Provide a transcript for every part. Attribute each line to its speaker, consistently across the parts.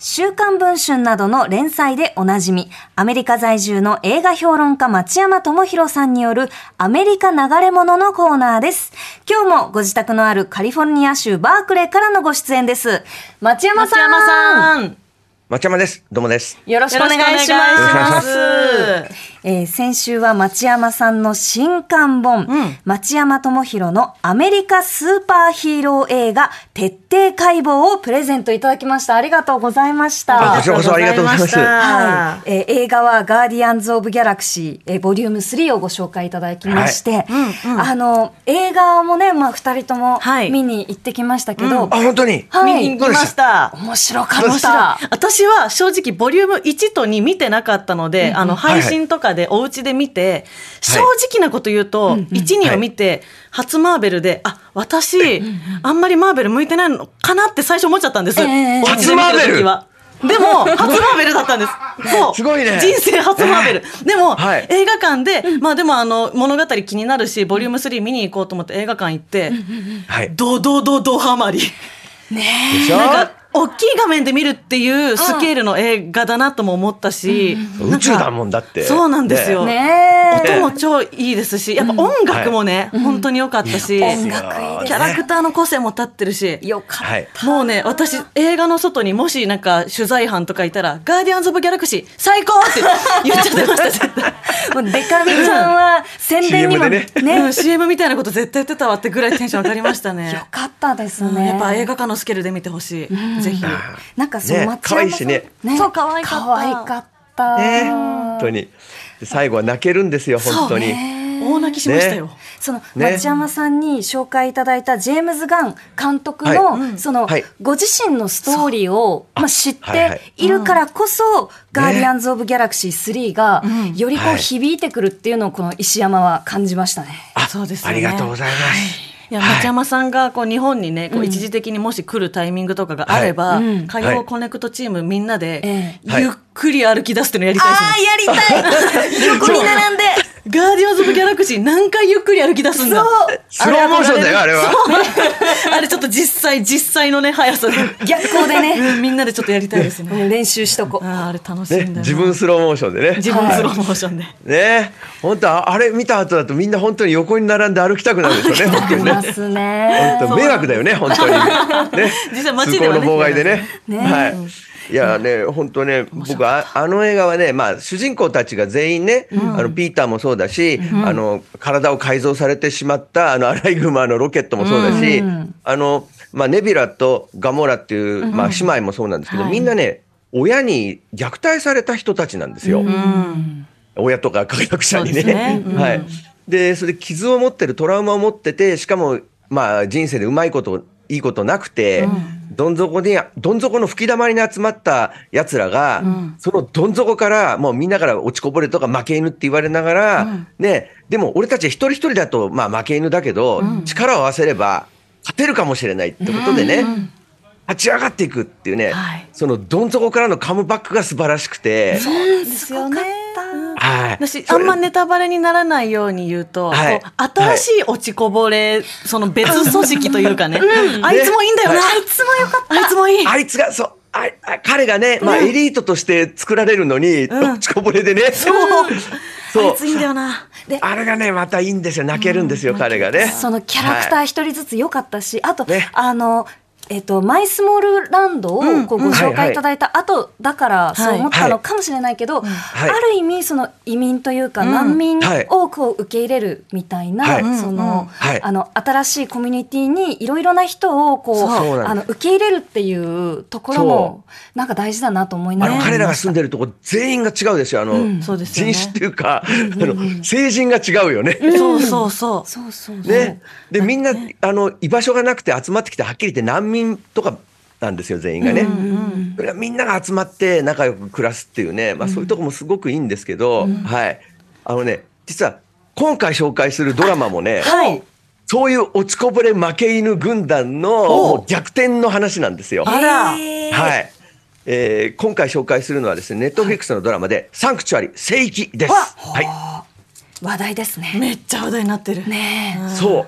Speaker 1: 週刊文春などの連載でおなじみ、アメリカ在住の映画評論家町山智博さんによるアメリカ流れ物のコーナーです。今日もご自宅のあるカリフォルニア州バークレーからのご出演です。町山
Speaker 2: 松
Speaker 1: さん。
Speaker 2: 山さん。
Speaker 3: 町山です。どうもです。
Speaker 1: よろしくお願いし
Speaker 2: よろくお願
Speaker 1: ま
Speaker 2: いし
Speaker 1: す。えー先週は町山さんの新刊本、町山智博のアメリカスーパーヒーロー映画徹底解剖をプレゼントいただきました。ありがとうございました。
Speaker 3: あこちらこそありがとうございます
Speaker 2: は
Speaker 1: はいえー映画は「ガーディアンズ・オブ・ギャラクシー」えーボリューム3をご紹介いただきまして、あの映画もね、まあ、2人とも
Speaker 2: はい
Speaker 1: 見に行ってきましたけど、
Speaker 3: あ、本当に。
Speaker 1: はい
Speaker 2: い見に行きました。
Speaker 1: 面白か
Speaker 3: どう
Speaker 1: っ
Speaker 3: でしたた。
Speaker 2: 私は正直ボリューム1と2見てなかったので、あの配信とかでお家で見て、正直なこと言うと、1、2を見て、初マーベルで、あ、私、あんまりマーベル向いてないのかなって最初思っちゃったんです。
Speaker 1: ええ
Speaker 2: お家で見てる時はでも、初マーベルだったんです。そう。
Speaker 3: すごいね
Speaker 2: 人生初マーベル。でも、
Speaker 3: はい
Speaker 2: 映画館で、まあでもあの、物語気になるし、ボリューム3見に行こうと思って映画館行って、
Speaker 3: はい。で
Speaker 2: ドドドドハマり。
Speaker 3: しょ
Speaker 2: なんか大きい画面で見るっていうスケールの映画だなとも思ったし、な
Speaker 3: 宇
Speaker 2: んか
Speaker 3: 宙だもんだって。
Speaker 2: そうなんですよ、
Speaker 1: ねえ
Speaker 2: 音も超いいですしやっぱ音楽もね、本当に良かったし、
Speaker 3: ね。
Speaker 1: 音楽いいですね
Speaker 2: キャラクターの個性も立ってるし、
Speaker 1: よかった、
Speaker 3: はい。
Speaker 2: もうね私映画の外にもしなんか取材班とかいたら「ガーディアンズ・オブ・ギャラクシー最高!」って言っちゃってました絶対。
Speaker 1: もうデカミちゃんは宣伝にも
Speaker 3: CM
Speaker 1: ね
Speaker 3: で
Speaker 2: うん CM みたいなこと絶対言ってたわってぐらいテンション上がりました
Speaker 1: よ
Speaker 2: ね。
Speaker 1: かったです
Speaker 2: うん
Speaker 1: ね。
Speaker 2: やっぱ映画館のスケールで見てほしい、ぜひ。
Speaker 1: なんかその
Speaker 3: ね
Speaker 1: 松
Speaker 3: 可愛
Speaker 1: 山
Speaker 3: い
Speaker 1: さ
Speaker 3: し
Speaker 1: ん、
Speaker 3: ね
Speaker 2: そう可愛かった
Speaker 1: 可愛かった
Speaker 3: ね。本当に。で最後は泣けるんですよ、本当に。
Speaker 2: 大泣きしましたよ。
Speaker 3: ね
Speaker 1: その
Speaker 3: ね
Speaker 1: 松山さんに紹介いただいたジェームズ・ガン監督の、
Speaker 3: は
Speaker 1: その、
Speaker 3: はい
Speaker 1: ご自身のストーリーをまあ、知っ
Speaker 3: はいは
Speaker 1: て
Speaker 3: い
Speaker 1: いるからこそ、ガーディ
Speaker 3: ね
Speaker 1: アンズ・オブ・ギャラクシー3が、よりこう
Speaker 3: はい
Speaker 1: 響いてくるっていうのをこの石山は感じましたね。
Speaker 2: そうですよ
Speaker 3: あ
Speaker 2: ね
Speaker 3: りがとうございます。
Speaker 2: いや町山さんがこう日本にねこう一時的にもし来るタイミングとかがあれば、
Speaker 1: はいうん
Speaker 2: 海洋コネクトチームみんなで
Speaker 1: え
Speaker 3: えはい
Speaker 2: ゆっくり歩き出すっていうのやりたいですね
Speaker 1: ああ、やりた い横に並んで
Speaker 2: ガーディアンズ・オブ・ギャラクシー何回ゆっくり歩き出すんだ
Speaker 3: スローモーションだよ、あれは。
Speaker 2: あれちょっと実際実際のね速さで
Speaker 1: 逆光でね、
Speaker 2: みんなでちょっとやりたいですね
Speaker 1: うん練習しとこう。
Speaker 2: あーあれ楽しいんだ
Speaker 3: ね
Speaker 2: よ、な
Speaker 3: 自分スローモーションでね。
Speaker 2: 自分スローモーションで、
Speaker 3: ね。本当ああれ見た後だとみんな本当に横に並んで歩きたくなる んですよね、本当
Speaker 1: い
Speaker 3: に
Speaker 1: ま
Speaker 3: ね。
Speaker 1: すね。
Speaker 3: 本当迷惑だよね、本当に。ね。
Speaker 2: 実際街ではね
Speaker 3: 通行の妨害でね。
Speaker 1: ね
Speaker 3: はい。いやね、本当ね、僕あ、あの映画はね、まあ、主人公たちが全員ね、あの、ピーターもそうだし、あの、体を改造されてしまった、あの、アライグマのロケットもそうだし、あの、まあ、ネビラとガモラっていう、まあ、姉妹もそうなんですけど、みんなね、親に虐待された人たちなんですよ。親とか科学者
Speaker 2: そ
Speaker 3: に
Speaker 2: うです
Speaker 3: ね
Speaker 2: ね。うん
Speaker 3: はい。で、それで傷を持ってる、トラウマを持ってて、しかも、まあ、人生でうまいこと、いいことなくて、どん底に、どん底の吹き溜まりに集まった奴らが、そのどん底から、もうみんなから落ちこぼれとか負け犬って言われながら、ね、でも俺たち一人一人だと、まあ負け犬だけど、力を合わせれば、勝てるかもしれないってことでね、立ち上がっていくっていうね、
Speaker 2: はい
Speaker 3: そのどん底からのカムバックが素晴らしくて、
Speaker 2: ですよね
Speaker 3: はい。
Speaker 2: 私あんまネタバレにならないように言うと、
Speaker 3: はい
Speaker 2: こう新しい落ちこぼれ、その別組織というかね、あいつもいいんだよな、
Speaker 3: は
Speaker 2: あいつもよかったあいつもいい
Speaker 3: あいつが、そう、ああ彼がね、まあ、エリートとして作られるのに、落ちこぼれでね。そう。
Speaker 2: あ
Speaker 3: そ
Speaker 2: いうついいんだよな
Speaker 1: で
Speaker 3: あれがね、またいいんですよ。泣けるんですよ、彼がね。
Speaker 1: そのキャラクター
Speaker 3: はい
Speaker 1: 一人ずつ良かったし、あと、
Speaker 3: ね
Speaker 1: あの、えっと、マイスモールランドをこうご紹介いただいた後だからそう思ったのかもしれないけど、
Speaker 3: い
Speaker 1: ある意味その移民というか難民をこう受け入れるみたいな、
Speaker 3: はい
Speaker 1: その、
Speaker 3: はい
Speaker 1: あの、新しいコミュニティにいろいろな人をこう、
Speaker 3: そうそうなんです
Speaker 1: あの、受け入れるっていうところも、なんか大事だなと思いな
Speaker 3: あ
Speaker 1: がら見ま
Speaker 3: の、
Speaker 1: した。
Speaker 3: 彼らが住んでるとこ全員が違うですよ。あの、
Speaker 2: そうですよ
Speaker 3: 人
Speaker 2: ね
Speaker 3: 種っていうか、あの、成人が違うよね。
Speaker 2: そうそうそう
Speaker 1: そうそうそう。
Speaker 3: ね。で、みんな、あの、居場所がなくて集まってきて、はっきり言って難民とかなんですよ、全員がね。それがみんなが集まって仲良く暮らすっていうね、まあそういうとこもすごくいいんですけど、はい。あのね、実は今回紹介するドラマもね、
Speaker 2: はい
Speaker 3: そういう落ちこぼれ負け犬軍団の
Speaker 2: おう
Speaker 3: もう逆転の話なんですよ。
Speaker 2: あら
Speaker 3: はい。えー今回紹介するのはですね、ネットフリックスのドラマで、サンクチュアリ聖域です。
Speaker 2: わ
Speaker 3: はい。
Speaker 1: 話題ですね。
Speaker 2: めっちゃ話題になってる
Speaker 1: ねえ
Speaker 3: そ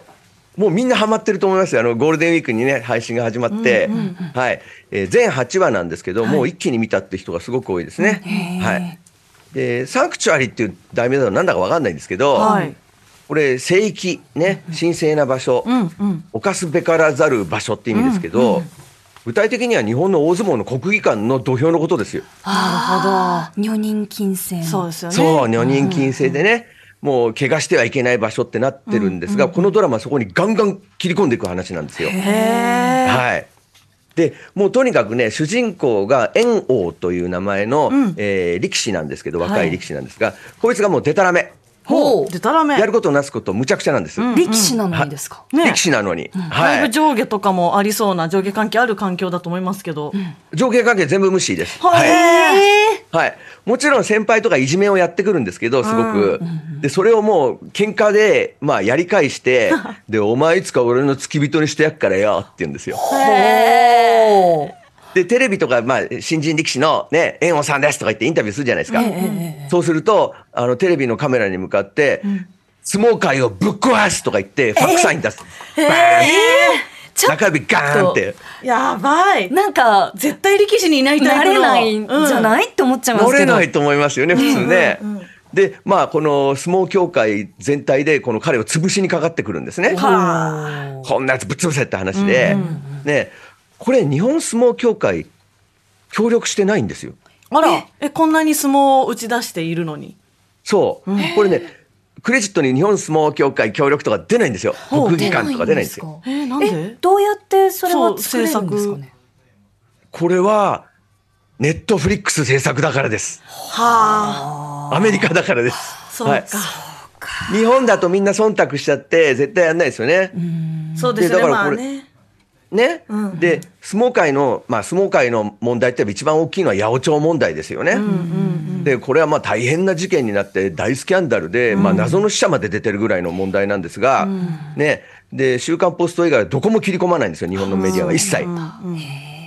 Speaker 3: う。もうみんなハマってると思いますよ。あの、ゴールデンウィークにね、配信が始まって、はい。えー全8話なんですけど、もう一気に見たって人がすごく多いですね。はい。で、サンクチュアリっていう題名だとなんだかわかんないんですけど、
Speaker 2: はい
Speaker 3: これ、聖域、ね、神聖な場所、
Speaker 2: うんうん
Speaker 3: 犯すべからざる場所って意味ですけど、具体的には日本の大相撲の国技館の土俵のことですよ。
Speaker 1: なるほど。女人禁制。
Speaker 2: そうですよね
Speaker 3: そう、女人禁制でね、もう怪我してはいけない場所ってなってるんですが、このドラマはそこにガンガン切り込んでいく話なんですよ。
Speaker 2: へえ
Speaker 3: はい。で、もうとにかくね、主人公が猿王という名前の、
Speaker 2: ん
Speaker 3: えー力士なんですけど、若
Speaker 2: はい
Speaker 3: い力士なんですが、こいつがもうデタラメ。
Speaker 1: ほう
Speaker 2: でたらめ
Speaker 3: やることなすことむちゃくちゃなんです。
Speaker 1: 力士なのにですか。
Speaker 2: ね
Speaker 3: 力士なのに。
Speaker 2: だい
Speaker 3: は
Speaker 2: ぶ
Speaker 3: い。
Speaker 2: 上下とかもありそうな上下関係ある環境だと思いますけど、
Speaker 3: 上下関係全部無視です。
Speaker 2: はい
Speaker 3: はい、もちろん先輩とかいじめをやってくるんですけど、すごく。で、それをもう、喧嘩で、まあ、やり返 して、で、お前いつか俺の付き人にしてやっからよって言うんですよ。
Speaker 2: ほう
Speaker 3: で、テレビとか、まあ、新人力士のね、猿翁さんですとか言ってインタビューするじゃないですか。
Speaker 1: ええええ
Speaker 3: そうすると、あの、テレビのカメラに向かって、相撲界をぶっ壊すとか言って、ファックサイン出す。バーン
Speaker 1: ちょっ
Speaker 3: 中指ガーンって。
Speaker 2: やばい
Speaker 1: と、なんか、
Speaker 2: 絶対力士にいないタ
Speaker 1: 慣
Speaker 2: イプ
Speaker 1: れ
Speaker 2: の
Speaker 1: ないんじゃ
Speaker 2: い、
Speaker 1: ない、って思っちゃいます
Speaker 3: 乗
Speaker 1: けど。
Speaker 3: れないと思いますよね、普通ね。で、まあ、この相撲協会全体で、この彼を潰しにかかってくるんですね。
Speaker 2: は
Speaker 3: こんなやつぶっ潰せって話で。ね、これ、日本相撲協会、協力してないんですよ。
Speaker 2: あらえこんなに相撲を打ち出しているのに
Speaker 3: そう。これね、クレジットに日本相撲協会協力とか出ないんですよ。国技館とか出ないんですよ。
Speaker 1: か
Speaker 2: えーなんで
Speaker 1: どうやってそれは作れるんです
Speaker 2: そ
Speaker 1: か
Speaker 2: う制
Speaker 1: ね。
Speaker 3: これは、ネットフリックス制作だからです。
Speaker 2: はあ
Speaker 3: アメリカだからです。
Speaker 2: そうか、
Speaker 3: はい日本だとみんな忖度しちゃって、絶対やんないですよね。
Speaker 2: そうです
Speaker 3: で
Speaker 2: ね
Speaker 3: だから
Speaker 2: まあ
Speaker 3: これ
Speaker 2: ね
Speaker 3: ね、
Speaker 2: うん
Speaker 3: で相撲界の、まあ、相撲界の問題って一番大きいのは八百長問題ですよね。でこれはまあ大変な事件になって大スキャンダルで、まあ、謎の死者まで出てるぐらいの問題なんですが、ね、で週刊ポスト以外はどこも切り込まないんですよ日本のメディアは一切。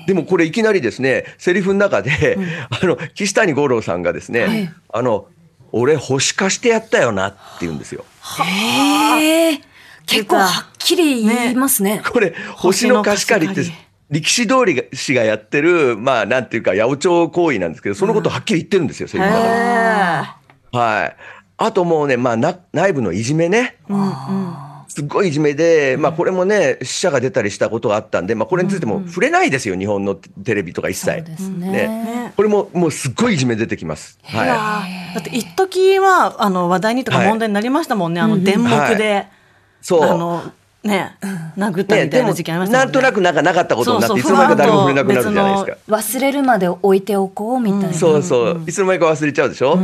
Speaker 3: でもこれいきなりですねセリフの中で、 あの岸谷五郎さんがですね、
Speaker 1: い
Speaker 3: あの俺星化してやったよなって言うんですよ。
Speaker 1: へえ結構はっきり言いますね。
Speaker 3: これ、星の貸し借りって
Speaker 2: 貸し借、
Speaker 3: 力士通り氏がやってる、まあ、なんていうか、八百長行為なんですけど、そのことはっきり言ってるんですよ、セリフの中ではい。あともうね、まあ、な内部のいじめね。すっごいいじめで、まあ、これもね、死者が出たりしたことがあったんで、まあ、これについても触れないですよ、日本のテレビとか一
Speaker 1: そ
Speaker 3: 切。
Speaker 1: うです
Speaker 3: ね
Speaker 1: ね。
Speaker 3: これも、もうすっごいいじめ出てきます。はい。
Speaker 2: だって一時はあの話題にとか問題になりましたもんね、あの電目で、
Speaker 3: そう。
Speaker 2: あのね殴った
Speaker 3: ね、
Speaker 2: みた
Speaker 3: で
Speaker 2: いな
Speaker 3: も
Speaker 2: 事件ありま、したも
Speaker 3: なん
Speaker 2: ね
Speaker 3: んとなくなんかなかったことになっ
Speaker 2: そうそう
Speaker 3: て、いつの間にか誰も触れなくなる
Speaker 2: 不安と
Speaker 3: じゃないですか。
Speaker 1: 忘れるまで置いておこうみたいな。
Speaker 3: そうそう、いつの間にか忘れちゃうでしょ、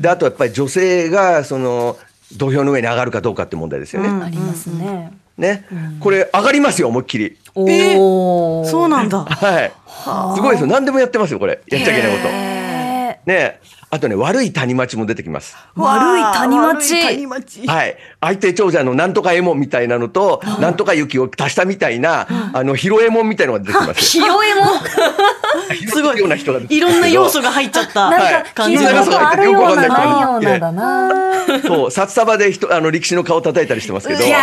Speaker 3: であとやっぱり女性がその土俵の上に上がるかどうかって問題ですよね。
Speaker 1: ありますね。
Speaker 3: ね、これ上がりますよ思いっきり。
Speaker 2: え
Speaker 1: おお。
Speaker 2: そうなんだ
Speaker 3: はい、すごいですよ何でもやってますよこれやっちゃいけないこと。
Speaker 1: へ
Speaker 3: ねあとね悪い谷町も出てきます。
Speaker 1: 悪い谷町
Speaker 2: 悪い谷町
Speaker 3: はい。相手長者のなんとかえもんみたいなのと、なんとか雪を足したみたいな、あの、ヒロエモンみたいなのが出てきま
Speaker 1: え。
Speaker 3: す。
Speaker 1: ひよえも
Speaker 2: すごい
Speaker 3: ような人が出てき
Speaker 2: い
Speaker 3: ま
Speaker 2: ろ
Speaker 3: すけど
Speaker 2: んな要素が入っちゃった
Speaker 1: なんか
Speaker 2: 感
Speaker 1: 聞
Speaker 2: じ
Speaker 1: いた
Speaker 2: が
Speaker 1: こ
Speaker 2: す
Speaker 1: とあるようなないようなだな。
Speaker 3: そう、札束で人、あの、力士の顔叩いたりしてますけど。
Speaker 1: いや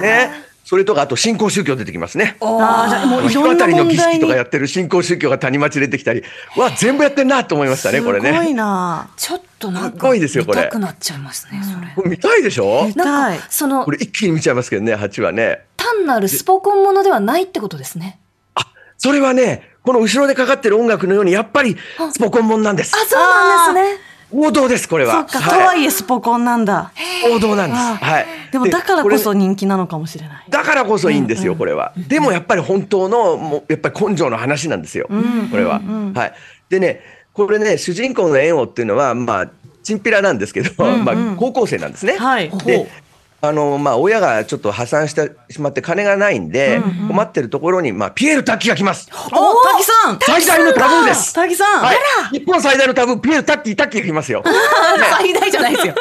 Speaker 3: ね。それとか、あと、新興宗教出てきますね。
Speaker 2: あーじゃあもうい
Speaker 3: 日
Speaker 2: ろんな
Speaker 3: 渡りの
Speaker 2: 問
Speaker 3: 儀
Speaker 2: 題
Speaker 3: 式
Speaker 2: に
Speaker 3: とかやってる新興宗教が谷町出てきたり、わ、全部やってんなと思いましたね、
Speaker 2: す
Speaker 3: こ
Speaker 2: ご
Speaker 3: れね。
Speaker 2: いな
Speaker 1: ちょっとなん
Speaker 3: す
Speaker 1: か
Speaker 3: ごいですよ
Speaker 1: 見
Speaker 3: これ
Speaker 1: たくなっちゃいますね。それ。
Speaker 3: これ見たいでしょ
Speaker 2: 見た
Speaker 1: ないんかその
Speaker 3: これ一気に見ちゃいますけどね、8はね。
Speaker 1: 単なるスポコンものではないってことですね。
Speaker 3: あ、それはね、この後ろでかかってる音楽のように、やっぱり、スポコンモンなんです
Speaker 1: あ。そうなんですね。
Speaker 3: 王道です、これ
Speaker 2: そ
Speaker 3: は。
Speaker 2: っか、と
Speaker 3: は
Speaker 2: はい
Speaker 3: い。
Speaker 2: えスポコンなんだ
Speaker 3: 王道なんです。
Speaker 2: あー
Speaker 3: はい。
Speaker 2: でもだからこそ
Speaker 3: れ
Speaker 2: 人気なのかもしれない
Speaker 3: だからこそいいんですよ、これは。でもやっぱり本当の、もう、やっぱり根性の話なんですよ、これは。はい。でね、これね、主人公の猿翁っていうのは、まあ、チンピラなんですけど、まあ、高校生なんですね。
Speaker 2: はい
Speaker 3: で、あの、まあ、親がちょっと破産してしまって金がないんで、困ってるところに、まあ、ピエール滝が来ます。
Speaker 2: お滝さん
Speaker 3: 最大のタブーです。
Speaker 2: 滝さん、
Speaker 3: はい。日本最大のタブー、ピエールタッキー、タッキーが来ますよ。
Speaker 2: 最大じゃないです よ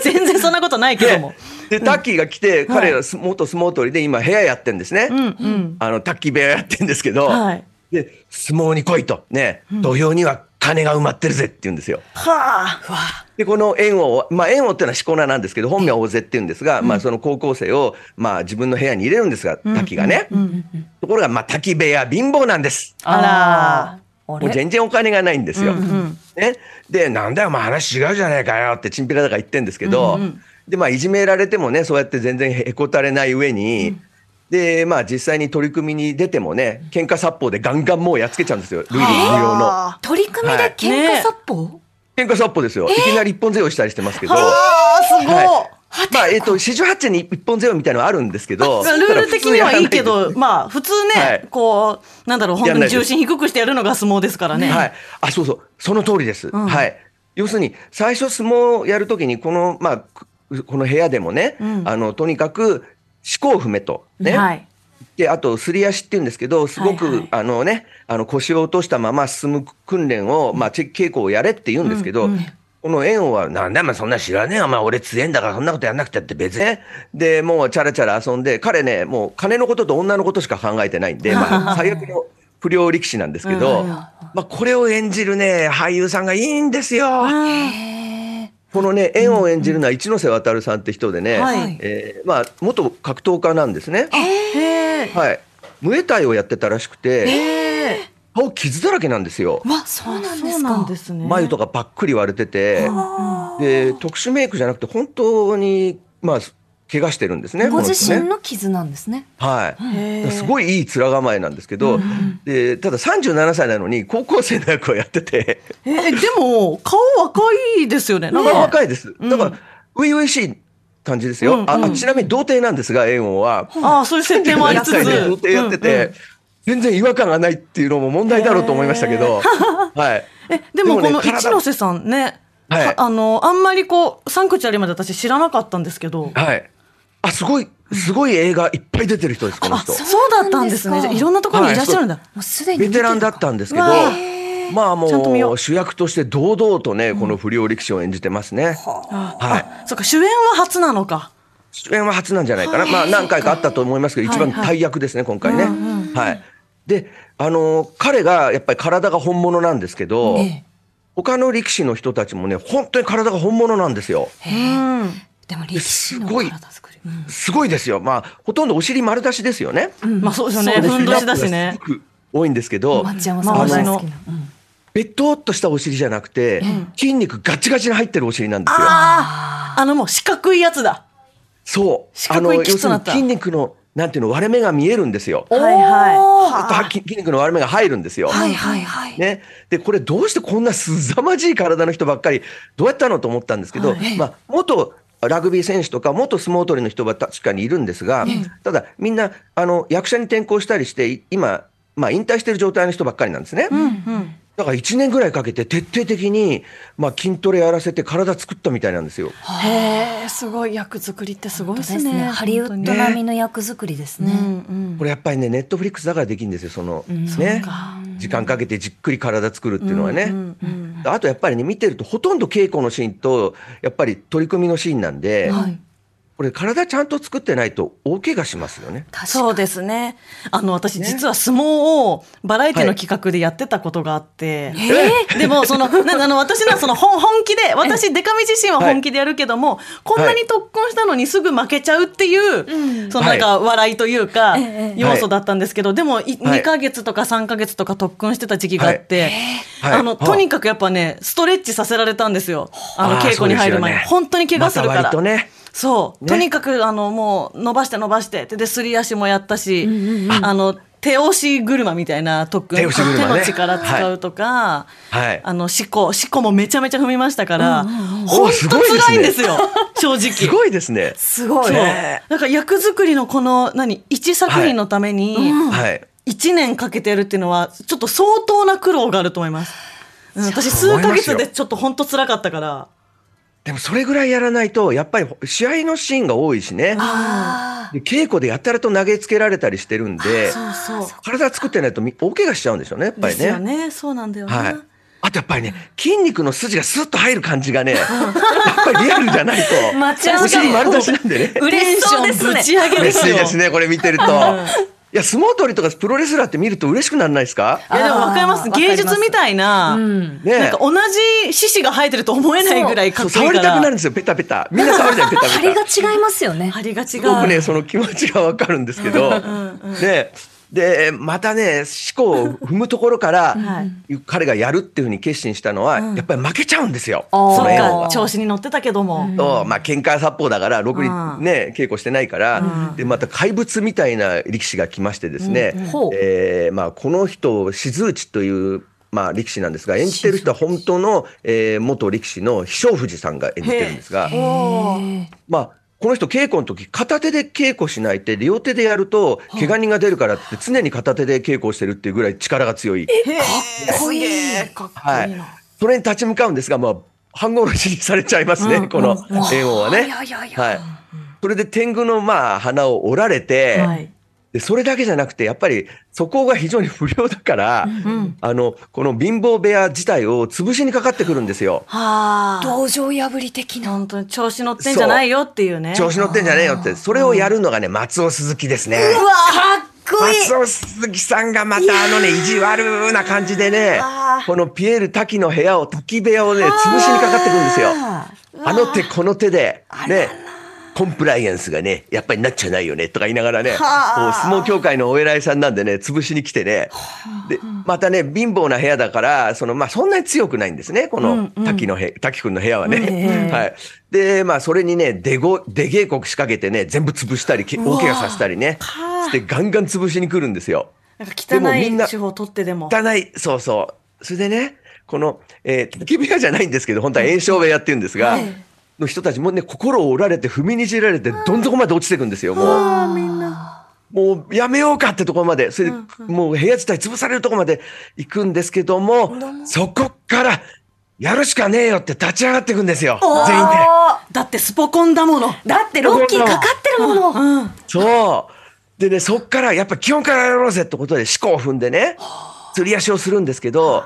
Speaker 2: 全然そんなことないけども
Speaker 3: で、タッキーが来て、彼はす元相撲取りで今部屋やってんですね。あの、タッキー部屋やってんですけど、
Speaker 2: はい
Speaker 3: で、相撲に来いと、ね、土俵には金が埋まってるぜって言うんですよ。
Speaker 2: はあ
Speaker 3: で、この円を、まあ、円をっていうのはしこ名なんですけど、本名は大勢っていうんですが、まあ、その高校生を、まあ、自分の部屋に入れるんですが、滝がね。ところが、まあ、滝部屋貧乏なんです。
Speaker 1: ら
Speaker 2: あ
Speaker 1: あ
Speaker 3: もう
Speaker 1: れ
Speaker 3: 全然お金がないんですよ。
Speaker 2: うんうん
Speaker 3: ね、でなんだよ、まあ、話違うじゃないかよってチンピラだから言ってんですけど、でまあ、いじめられてもねそうやって全然へこたれない上に、でまあ、実際に取り組みに出てもね喧嘩殺法でガンガンもうやっつけちゃうんですよルイル無用の。
Speaker 2: あ
Speaker 1: 取り組みで喧嘩殺法、
Speaker 3: 喧嘩殺法ですよ、いきなり一本背負いしたりしてますけど。
Speaker 2: あーすごい、
Speaker 3: はい、まあ、えっ、と、四十八に一本背負いみたいなのはあるんですけど。
Speaker 2: ルール的にはいいけ
Speaker 3: ただ普通やら
Speaker 2: ど
Speaker 3: ないですね
Speaker 2: まあ普通ね、
Speaker 3: はい
Speaker 2: こうなんだろう本
Speaker 3: や
Speaker 2: 当
Speaker 3: んな
Speaker 2: に
Speaker 3: いです
Speaker 2: 重心低くしてやるのが相撲ですからね、
Speaker 3: はい、あそうそうその通りです、
Speaker 2: ん
Speaker 3: はい要するに最初相撲をやるときにこの,、まあ、くこの部屋でもね、
Speaker 2: ん
Speaker 3: あのとにかく思考不明とね、
Speaker 2: はい
Speaker 3: であとすり足っていうんですけどすごく、
Speaker 2: はいはい
Speaker 3: あのねあの腰を落としたまま進む訓練を、まあ、チェ稽古をやれって言うんですけど、この円王は、なんだ、まあ、そんな知らねえよ、まあ、俺強えんだから、そんなことやんなくてって別にね。で、もう、チャラチャラ遊んで、彼ね、もう、金のことと女のことしか考えてないん で、まあ、最悪の不良力士なんですけど、まあ、これを演じるね、俳優さんがいいんですよ。このね、円を演じるのは一ノ瀬渉さんって人でね、
Speaker 2: はい
Speaker 3: えーまあ、元格闘家なんですね。
Speaker 2: へー
Speaker 3: はい。ムエタイをやってたらしくて、顔傷だらけなんですよ。
Speaker 1: わそうなんですか
Speaker 2: そうなんですね
Speaker 3: 眉とかばっくり割れてて、で特殊メイクじゃなくて本当にまあ怪我してるんですね。
Speaker 1: ご自身
Speaker 3: この人ね
Speaker 1: の傷なんですね
Speaker 3: はい。
Speaker 2: へー
Speaker 3: すごいいい面構えなんですけど、でただ37歳なのに高校生の役をやってて、
Speaker 2: えーでも顔若いですよねなんか
Speaker 3: 若いです。だか
Speaker 2: うん
Speaker 3: ら初々しい感じですよ。
Speaker 2: うんう
Speaker 3: あ
Speaker 2: ん
Speaker 3: ちなみに童貞なんですが円王は、
Speaker 2: ああそういう設定もありつつ
Speaker 3: 37歳で童貞やってて、全然違和感がないっていうのも問題だろうと思いましたけど、 はい。
Speaker 2: うんうんえでもこ
Speaker 3: で
Speaker 2: の
Speaker 3: もね体
Speaker 2: 一ノ瀬さんね、
Speaker 3: はい
Speaker 2: はあのあんまりこうサンクチュアリまで私知らなかったんですけど
Speaker 3: はい。あすごいすごい映画いっぱい出てる人ですこの人。
Speaker 2: そうだったんです
Speaker 1: そ
Speaker 2: ね
Speaker 1: うなんですか
Speaker 2: じゃあいろんなところにいらっしゃるんだ、
Speaker 1: もうすでに
Speaker 3: ベ
Speaker 1: 見て
Speaker 3: テ
Speaker 1: る
Speaker 3: ランだったんですけど
Speaker 2: うわ、
Speaker 3: まあも
Speaker 2: ちゃんと見よう
Speaker 3: う主役として堂々とね、この不良力士を演じてますね。はい。
Speaker 2: あそっか主演は初なのか
Speaker 3: 主演は初なんじゃないかな。まあ何回かあったと思いますけど、一番大役ですね、今回ね。はい。で、あのー彼がやっぱり体が本物なんですけど、
Speaker 1: ええ
Speaker 3: 他の力士の人たちもね、本当に体が本物なんですよ。
Speaker 2: うん
Speaker 1: でも力士の
Speaker 3: すごい
Speaker 1: 体作り、うん
Speaker 3: すごいですよ。まあ、ほとんどお尻丸出しですよね。
Speaker 2: まあそうです
Speaker 1: そ
Speaker 2: よね
Speaker 1: うです
Speaker 2: ふんどしだしね
Speaker 3: すごく多いんですけど、
Speaker 1: 町山さんが大好きな、うん
Speaker 3: べとっとしたお尻じゃなくて、筋肉ガチガチに入ってるお尻なんですよ。
Speaker 2: あああのもう四角いやつだ
Speaker 3: そう。
Speaker 2: 四角い
Speaker 3: あの
Speaker 2: キスとなった
Speaker 3: 要するに筋肉の、なんていうの、割れ目が見えるんですよ。
Speaker 2: はいはい
Speaker 1: おー
Speaker 3: あとは筋筋肉の割れ目が入るんですよ。
Speaker 1: はいはいはい、
Speaker 3: ね。で、これどうしてこんなすざまじい体の人ばっかり、どうやったのと思ったんですけど、まあ、元ラグビー選手とか元相撲取りの人は確かにいるんですが、ただみんな、あの、役者に転向したりして、い今、まあ、引退してる状態の人ばっかりなんですね。だから1年ぐらいかけて徹底的に、まあ、筋トレやらせて体作ったみたいなんですよ。
Speaker 2: へえすごい役作りってすごいで
Speaker 1: そ
Speaker 2: す
Speaker 1: うです
Speaker 2: ね
Speaker 1: ねハリウッド並みの役作りですね
Speaker 2: 本当にうんうん
Speaker 3: これやっぱりね、ネットフリックスだからできるんですよ、その、ね。時間かけてじっくり体作るっていうのはね。
Speaker 2: うんうん
Speaker 3: あとやっぱりね、見てるとほとんど稽古のシーンと、やっぱり取り組みのシーンなんで、
Speaker 2: はい
Speaker 3: これ体ちゃんと作ってないと大怪我しますよね。
Speaker 2: そうですね。あの、私、実は相撲をバラエティの企画でやってたことがあって。でも、そ の、なあの、私のはその本、本気で、私、デカミ自身は本気でやるけども、こんなに特訓したのにすぐ負けちゃうっていう、そのなんか、笑いというか、要素だったんですけど、でも、い
Speaker 3: はい
Speaker 2: 2ヶ月とか3ヶ月とか特訓してた時期があって、
Speaker 3: はいはい
Speaker 2: あの、とにかくやっぱね、ストレッチさせられたんですよ。あの、
Speaker 3: あー
Speaker 2: 稽古に入る前に。
Speaker 3: そうですよね
Speaker 2: 本当に怪我するから。
Speaker 3: また割とね。
Speaker 2: そう、
Speaker 3: ね
Speaker 2: とにかくあのもう伸ばして伸ばしてでですり足もやったし、あの手押し車みたいな特訓
Speaker 3: 手押し車ね
Speaker 2: の力使うとか、
Speaker 3: はい
Speaker 2: あのしこしこもめちゃめちゃ踏みましたから、本
Speaker 3: おす
Speaker 2: 当
Speaker 3: ごいですね
Speaker 2: 辛いんですよ正直。
Speaker 3: すごいですね。
Speaker 1: すごい
Speaker 2: そう
Speaker 3: ね
Speaker 2: なんか役作りのこの何一作品のために
Speaker 3: はい。
Speaker 2: 1年かけてやるっていうのはちょっと相当な苦労があると思います。うん私数ヶ月でちょっと本当辛かったから。
Speaker 3: でもそれぐらいやらないと、やっぱり試合のシーンが多いしね。
Speaker 1: あ
Speaker 3: で稽古でやたらと投げつけられたりしてるんで、
Speaker 2: そうそう。
Speaker 3: 体作ってないとみ大怪我しちゃうんでしょうね、やっぱ
Speaker 2: で
Speaker 3: り
Speaker 2: すよ
Speaker 3: ね。
Speaker 2: ね。そうなんだよね。
Speaker 3: はい。あとやっぱりね、筋肉の筋がスッと入る感じがね、やっぱりリアルじゃな
Speaker 1: 間
Speaker 3: い
Speaker 1: 違いな
Speaker 3: と、
Speaker 1: い
Speaker 3: お尻丸出しなんでね。
Speaker 1: ー嬉しそうです
Speaker 2: テンションぶ
Speaker 1: ね
Speaker 2: ち上げで
Speaker 3: 嬉
Speaker 2: す
Speaker 3: しい
Speaker 2: よ。
Speaker 3: ですね、これ見てると。いや相撲取りとかプロレスラーって見ると嬉しくならないですか
Speaker 2: いやでもわかりま
Speaker 1: あ
Speaker 2: す
Speaker 1: ーわかり
Speaker 2: 芸
Speaker 1: ます
Speaker 2: 術みたいな,、
Speaker 1: うん
Speaker 3: ねえ
Speaker 2: なんか同じ獅子が生えてると思えないぐらいかっこいい
Speaker 3: 触
Speaker 2: か
Speaker 3: り
Speaker 2: ら
Speaker 3: たくなるんですよペタペタみんな触 るじゃんペタ
Speaker 1: 張
Speaker 3: ペ
Speaker 1: りが
Speaker 3: タ
Speaker 1: 違いますよね。
Speaker 2: 針が違
Speaker 3: すごくね
Speaker 2: う
Speaker 3: その気持ちがわかるんですけどねでまたね思考を踏むところから
Speaker 2: はい
Speaker 3: 彼がやるっていうふうに決心したのは、やっぱり負けちゃうんですよ、
Speaker 1: あー
Speaker 3: そ
Speaker 2: そっ
Speaker 3: の絵を。
Speaker 2: か調子に乗ってたけども、
Speaker 3: と、まあ、喧嘩殺法だから、ろくに
Speaker 2: うん
Speaker 3: ね、稽古してないから、で、また怪物みたいな力士が来ましてですね
Speaker 1: うんほう、
Speaker 3: えーまあ、この人、静内という、まあ、力士なんですが、演じてる人は本当の、えー元力士の飛翔富士さんが演じてるんですが、
Speaker 2: おー
Speaker 3: まあ、この人稽古の時、片手で稽古しないって、両手でやると、怪我人が出るからって、常に片手で稽古をしてるっていうぐらい力が強い。
Speaker 2: へー
Speaker 1: かっこいい
Speaker 2: すげーかっこ
Speaker 3: はい
Speaker 2: い
Speaker 3: い
Speaker 2: な。
Speaker 3: それに立ち向かうんですが、まあ、半殺しにされちゃいますね、
Speaker 2: うん
Speaker 3: この猿翁はね。
Speaker 1: いやいやいや
Speaker 3: はい。それで天狗のまあ鼻を折られて、
Speaker 2: はい
Speaker 3: でそれだけじゃなくてやっぱり素行が非常に不良だから、
Speaker 2: ん
Speaker 3: あのこの貧乏部屋自体を潰しにかかってくるんですよ。
Speaker 2: はあ。
Speaker 1: 道場破り的な。
Speaker 2: 本当に調子乗ってんじゃないよっていうね。
Speaker 3: 調子乗ってんじゃねえよってそれをやるのがね松尾鈴木ですね。
Speaker 1: うわかっこいい
Speaker 3: 松尾鈴木さんがまたあのね意地悪な感じでね
Speaker 2: あー
Speaker 3: このピエール滝の部屋を滝部屋をね潰しにかかってくるんですよ。あの手この手で、ね、コンプライアンスがね、やっぱりなっちゃないよね、とか言いながらね、こう
Speaker 2: はあ
Speaker 3: 相撲協会のお偉いさんなんでね、潰しに来てね、で、またね、貧乏な部屋だから、その、まあ、そんなに強くないんですね、この滝のへ、滝くんの部屋はね。はい。で、まあ、それにね、出ご、出稽古仕掛けてね、全部潰したり、け大怪我させたりね、してガンガン潰しに来るんですよ。
Speaker 2: なんか
Speaker 3: でも
Speaker 2: 汚
Speaker 3: みんない
Speaker 2: 手法取ってでも。
Speaker 3: 汚い、そうそう。それでね、この、えー、焚き部屋じゃないんですけど、本当は炎症部屋って言うんですが、の人たちもね、心を折られて、踏みにじられて、どん底まで落ちていくんですよ、もう。
Speaker 2: あーみんな。
Speaker 3: もうやめようかってところまで、それで、もう部屋自体潰されるところまで行くんですけども、そこから、やるしかねえよって立ち上がっていくんですよ、全員で。
Speaker 2: だってスポコンだもの。
Speaker 1: だってロッキーかかってるもの。
Speaker 2: うん。
Speaker 3: そう。でね、そっからやっぱ基本からやろうぜってことで思考を踏んでね、釣り足をするんですけど、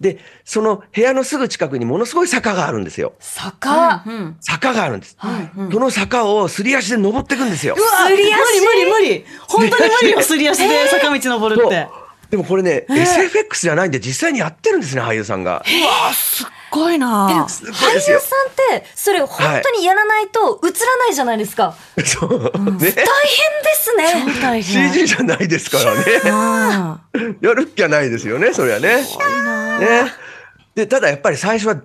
Speaker 3: で、その部屋のすぐ近くにものすごい坂があるんですよ。
Speaker 1: 坂。
Speaker 2: うん。
Speaker 3: 坂があるんです。その坂をすり足で登っていくんですよ。
Speaker 1: すり足
Speaker 2: 無理無理無理。本当に無理 よ、すり足で坂道登る
Speaker 3: そ
Speaker 2: っ
Speaker 3: う
Speaker 2: て。
Speaker 3: でもこれね、SFX じゃないんで実際にやってるんですね、俳優さんが。
Speaker 2: すごいな
Speaker 3: すごい
Speaker 1: 俳優
Speaker 3: です
Speaker 1: さん
Speaker 3: よ
Speaker 1: っ。て、それ本当にやらないと映らないじゃないですか。
Speaker 3: そう。ね。
Speaker 1: 大変ですね。
Speaker 2: 大変。
Speaker 3: CG じゃないですから ね。
Speaker 2: うん
Speaker 3: やるっきゃないですよね、それはね。ね。で、ただやっぱり最初は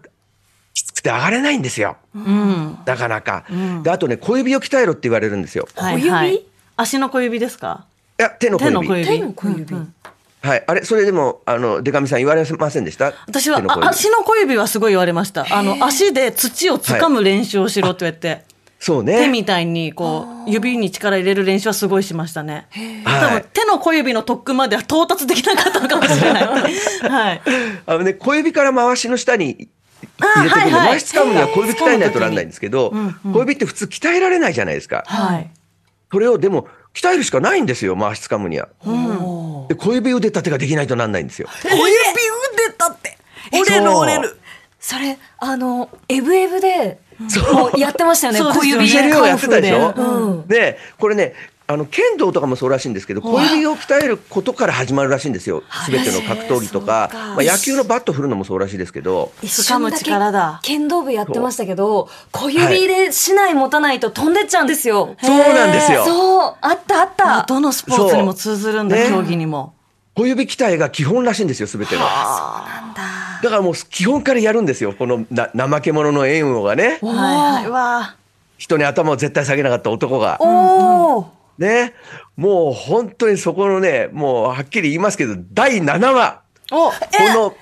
Speaker 3: きつくて上がれないんですよ。
Speaker 2: うん。
Speaker 3: なかなか。で、あとね、小指を鍛えろって言われるんですよ。
Speaker 2: はい
Speaker 1: 小
Speaker 2: はい
Speaker 1: 指
Speaker 2: 足の小指ですか
Speaker 3: いや、手の小
Speaker 2: 手
Speaker 3: 指。
Speaker 2: の小指。
Speaker 1: 手の小指
Speaker 2: うんうん
Speaker 3: はい。あれ、それでも、あの、デカミさん言われませんでした
Speaker 2: 私は
Speaker 3: 手の小
Speaker 2: あ
Speaker 3: 指
Speaker 2: 足の小指はすごい言われました。あの足で土を掴む練習をしろって言われて、
Speaker 3: そう
Speaker 2: 手
Speaker 3: ね。
Speaker 2: みたいにこう指に力入れる練習はすごいしましたね。多分、
Speaker 3: はい
Speaker 2: 手の小指の特訓までは到達できなかったのかもしれない。はい。
Speaker 3: あのね、小指から回しの下に
Speaker 2: あ
Speaker 3: 入れていくの。
Speaker 2: はいはい
Speaker 3: 回し掴むには小指鍛えないとなんないんですけど、小指って普通鍛えられないじゃないですか。
Speaker 2: はい。
Speaker 3: それを、でも、鍛えるしかないんですよ、回し掴むには。で、小指腕立てができないとなんないんですよ。
Speaker 2: 小指腕だって。折れる折れる。
Speaker 1: それ、あの、エブエブで、
Speaker 3: そう
Speaker 1: もうやってましたよね。
Speaker 2: そうです
Speaker 1: 小
Speaker 2: よ
Speaker 1: 指
Speaker 2: ね
Speaker 3: ビジュアルをやってたでしょ
Speaker 1: カンフーでうん
Speaker 3: で、これね、あの、剣道とかもそうらしいんですけど、小指を鍛えることから始まるらしいんですよ。すべての格闘技とか、まあ、野球のバット振るのもそうらしいですけど、
Speaker 1: 一
Speaker 2: 掴
Speaker 1: 瞬
Speaker 2: む
Speaker 1: だけ
Speaker 2: 力だ
Speaker 1: 剣道部やってましたけど、小指で竹刀持たないと飛んでっちゃうんですよ。
Speaker 3: そうなんですよ。
Speaker 1: そう、あったあった。
Speaker 2: どのスポーツにも通ずるんだ、
Speaker 3: そうね
Speaker 2: 競技にも。
Speaker 3: 小指鍛えが基本らしいんですよ、すべての。だからもう基本からやるんですよ、このな怠け者の猿翁がね、
Speaker 1: おー
Speaker 2: はいはい。わ
Speaker 3: 人に頭を絶対下げなかった男が。
Speaker 1: おー
Speaker 3: ね、もう本当にそこのね、もうはっきり言いますけど、第7話、
Speaker 2: ーお
Speaker 3: この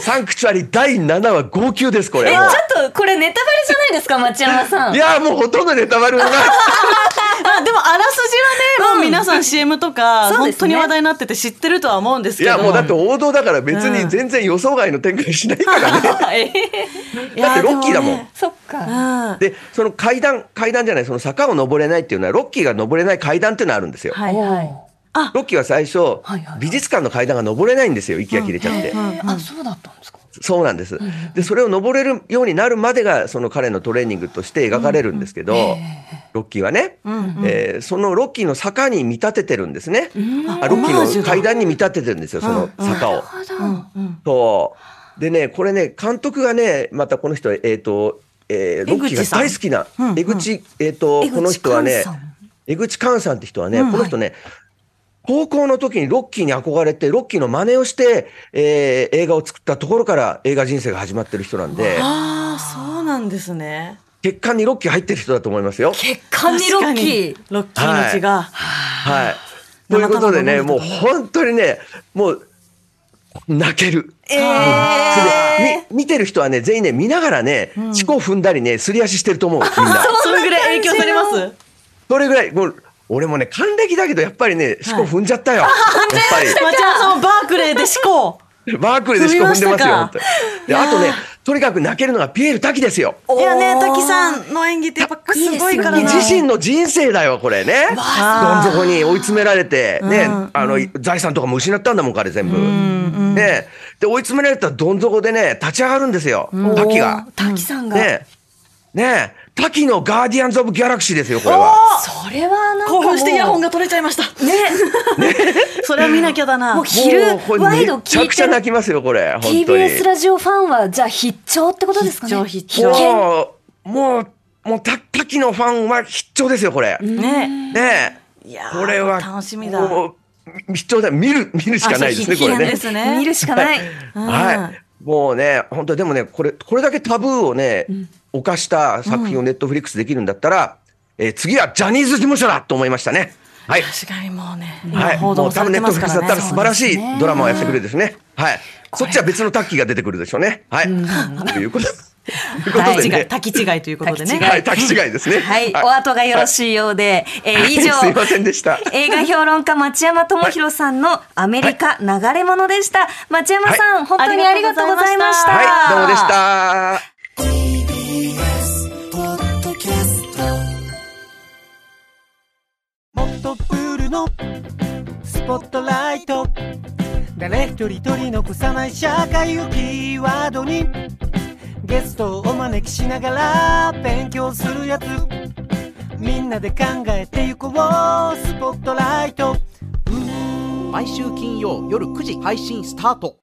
Speaker 3: サンクチュアリ第7話、号泣です、これ。
Speaker 1: え、ち
Speaker 3: もう
Speaker 1: ょっとこれネタバレじゃないですか、町山さん。
Speaker 3: いやもうほとんどネタバレ もない。
Speaker 2: あでもあらすじはね、もう皆さん CM とか、
Speaker 1: そう
Speaker 2: 本
Speaker 1: です
Speaker 2: 当
Speaker 1: ね
Speaker 2: に話題になってて知ってるとは思うんです
Speaker 3: い
Speaker 2: けど。
Speaker 3: やもうだって王道だから別に全然予想外の展開しない からね。
Speaker 2: ええ
Speaker 3: だってロッキーだもん。
Speaker 1: そっか。
Speaker 2: ん。
Speaker 3: でその階段階段じゃないその坂を登れないっていうのはロッキーが登れない階段っていうのはあるんですよ。
Speaker 2: はいはい。
Speaker 3: ロッキーは最初
Speaker 1: はいはい
Speaker 3: 美術館の階段が登れないんですよ息が切れちゃって。
Speaker 1: あ、そうだったんですか。
Speaker 3: そうなんです。で、それを登れるようになるまでが、その彼のトレーニングとして描かれるんですけど、ロッキーはね、えーそのロッキーの坂に見立ててるんですね。あロッキ
Speaker 2: オマージ
Speaker 3: ー
Speaker 2: ュ
Speaker 3: の
Speaker 2: だ
Speaker 3: 階段に見立ててるんですよ、その坂を。そう。でね、これね、監督がね、またこの人、えっ、と、えーロッキーが大好きな
Speaker 2: さんうん、
Speaker 3: 江口、えっ、と、
Speaker 1: 江口
Speaker 3: この人は
Speaker 1: 寛
Speaker 3: ね
Speaker 1: さん、
Speaker 3: 江口寛さんって人はね、この人ね、高校の時にロッキーに憧れて、ロッキーの真似をして、えー映画を作ったところから映画人生が始まってる人なんで、
Speaker 2: ああ、そうなんですね。
Speaker 3: 血管にロッキー入ってる人だと思いますよ。
Speaker 1: 血管にロッキー。
Speaker 2: ー。ロッキーの血が。
Speaker 3: はい。ということでね、
Speaker 2: 生卵
Speaker 3: もう
Speaker 2: 飲んでたね
Speaker 3: 本当にね、もう、泣ける。
Speaker 2: ええ。
Speaker 3: み見てる人はね、全員ね、見ながらね、チコ踏んだりね、すり足してると思う、みんな。
Speaker 2: それぐらい影響されます。
Speaker 3: それぐらい、もう、俺もね、還暦だけど、やっぱりね、チコ踏んじゃったよ。やっぱり。
Speaker 2: 町田さんもバークレーで思考。
Speaker 3: バークレーでしか踏んでます
Speaker 2: 踏み
Speaker 3: よ、
Speaker 2: ました
Speaker 3: 本
Speaker 2: か
Speaker 3: 当に。で、あとね、とにかく泣けるのがピエール滝ですよ。
Speaker 2: いやね、滝さんの演技ってやっぱすごいから
Speaker 1: いい
Speaker 2: な。
Speaker 1: ですよね
Speaker 3: 自身の人生だよ、これね。どん底に追い詰められて、ね、あの、財産とかも失ったんだもん、彼全部。ね、で、追い詰められたどん底でね、立ち上がるんですよ、滝が。
Speaker 1: おー滝さんが。
Speaker 3: ね、ね、滝のガーディアンズ・オブ・ギャラクシーですよ、これは。
Speaker 1: それはなんかもう。
Speaker 2: 興奮してイヤホンが取れちゃいました。
Speaker 1: ね、
Speaker 2: それは見なきゃだな。
Speaker 1: もう昼
Speaker 3: もうこれ
Speaker 1: ワイド
Speaker 3: めち
Speaker 1: 聞
Speaker 3: ゃ
Speaker 1: い
Speaker 3: くち
Speaker 1: て
Speaker 3: ゃ
Speaker 1: る
Speaker 3: 泣きますよ、これ。本当に。
Speaker 1: TBS ラジオファンはじゃあ必聴ってことですかね。
Speaker 2: 必聴必聴
Speaker 1: 必見
Speaker 3: もう、もう、もう、た滝のファンは必聴ですよ、これ。
Speaker 2: ね。
Speaker 3: ね
Speaker 2: いやー
Speaker 3: これは。
Speaker 2: 楽しみだ
Speaker 3: もう必聴だ。見る、見るしかないですね、
Speaker 2: あ
Speaker 3: こ
Speaker 2: そう必
Speaker 3: れ
Speaker 2: 見
Speaker 3: ね
Speaker 2: で。すね。
Speaker 1: 見るしかない。
Speaker 2: うん
Speaker 3: はい。もうね、本当にでもね、これ、これだけタブーをね、犯した作品をネットフリックスできるんだったら、えー次はジャニーズ事務所だと思いましたね。はい。
Speaker 2: 確かにもうね、
Speaker 3: はい。
Speaker 2: 報道
Speaker 3: も
Speaker 2: も
Speaker 3: う
Speaker 2: さ
Speaker 3: 多
Speaker 2: れ
Speaker 3: 分ネ
Speaker 2: てま
Speaker 3: ットフ
Speaker 2: す
Speaker 3: リ
Speaker 2: か
Speaker 3: ックス
Speaker 2: ら
Speaker 3: だっ
Speaker 2: ね。
Speaker 3: たら素晴らしいドラマをやってくれるですね。はい。そっちは別のタッキーが出てくるでしょうね。はい。ということということでね。
Speaker 2: 滝違い、滝違いということでね。
Speaker 1: 滝違い
Speaker 3: はい、滝違いですね。
Speaker 1: はい、お後がよろしいようで、えー
Speaker 3: はい。
Speaker 1: 以上
Speaker 3: すいませんでした。
Speaker 1: 映画評論家町山智博さんのアメリカ流れ物でした。町山さん、
Speaker 2: はい
Speaker 1: 本当にありがとうございました。
Speaker 3: はい、どうもでした。
Speaker 4: もっとプールのスポットライト誰一人取り残さない社会をキーワードにゲストをお招きしながら勉強するやつみんなで考えてゆこうスポットライト
Speaker 5: 毎週金曜夜9時配信スタート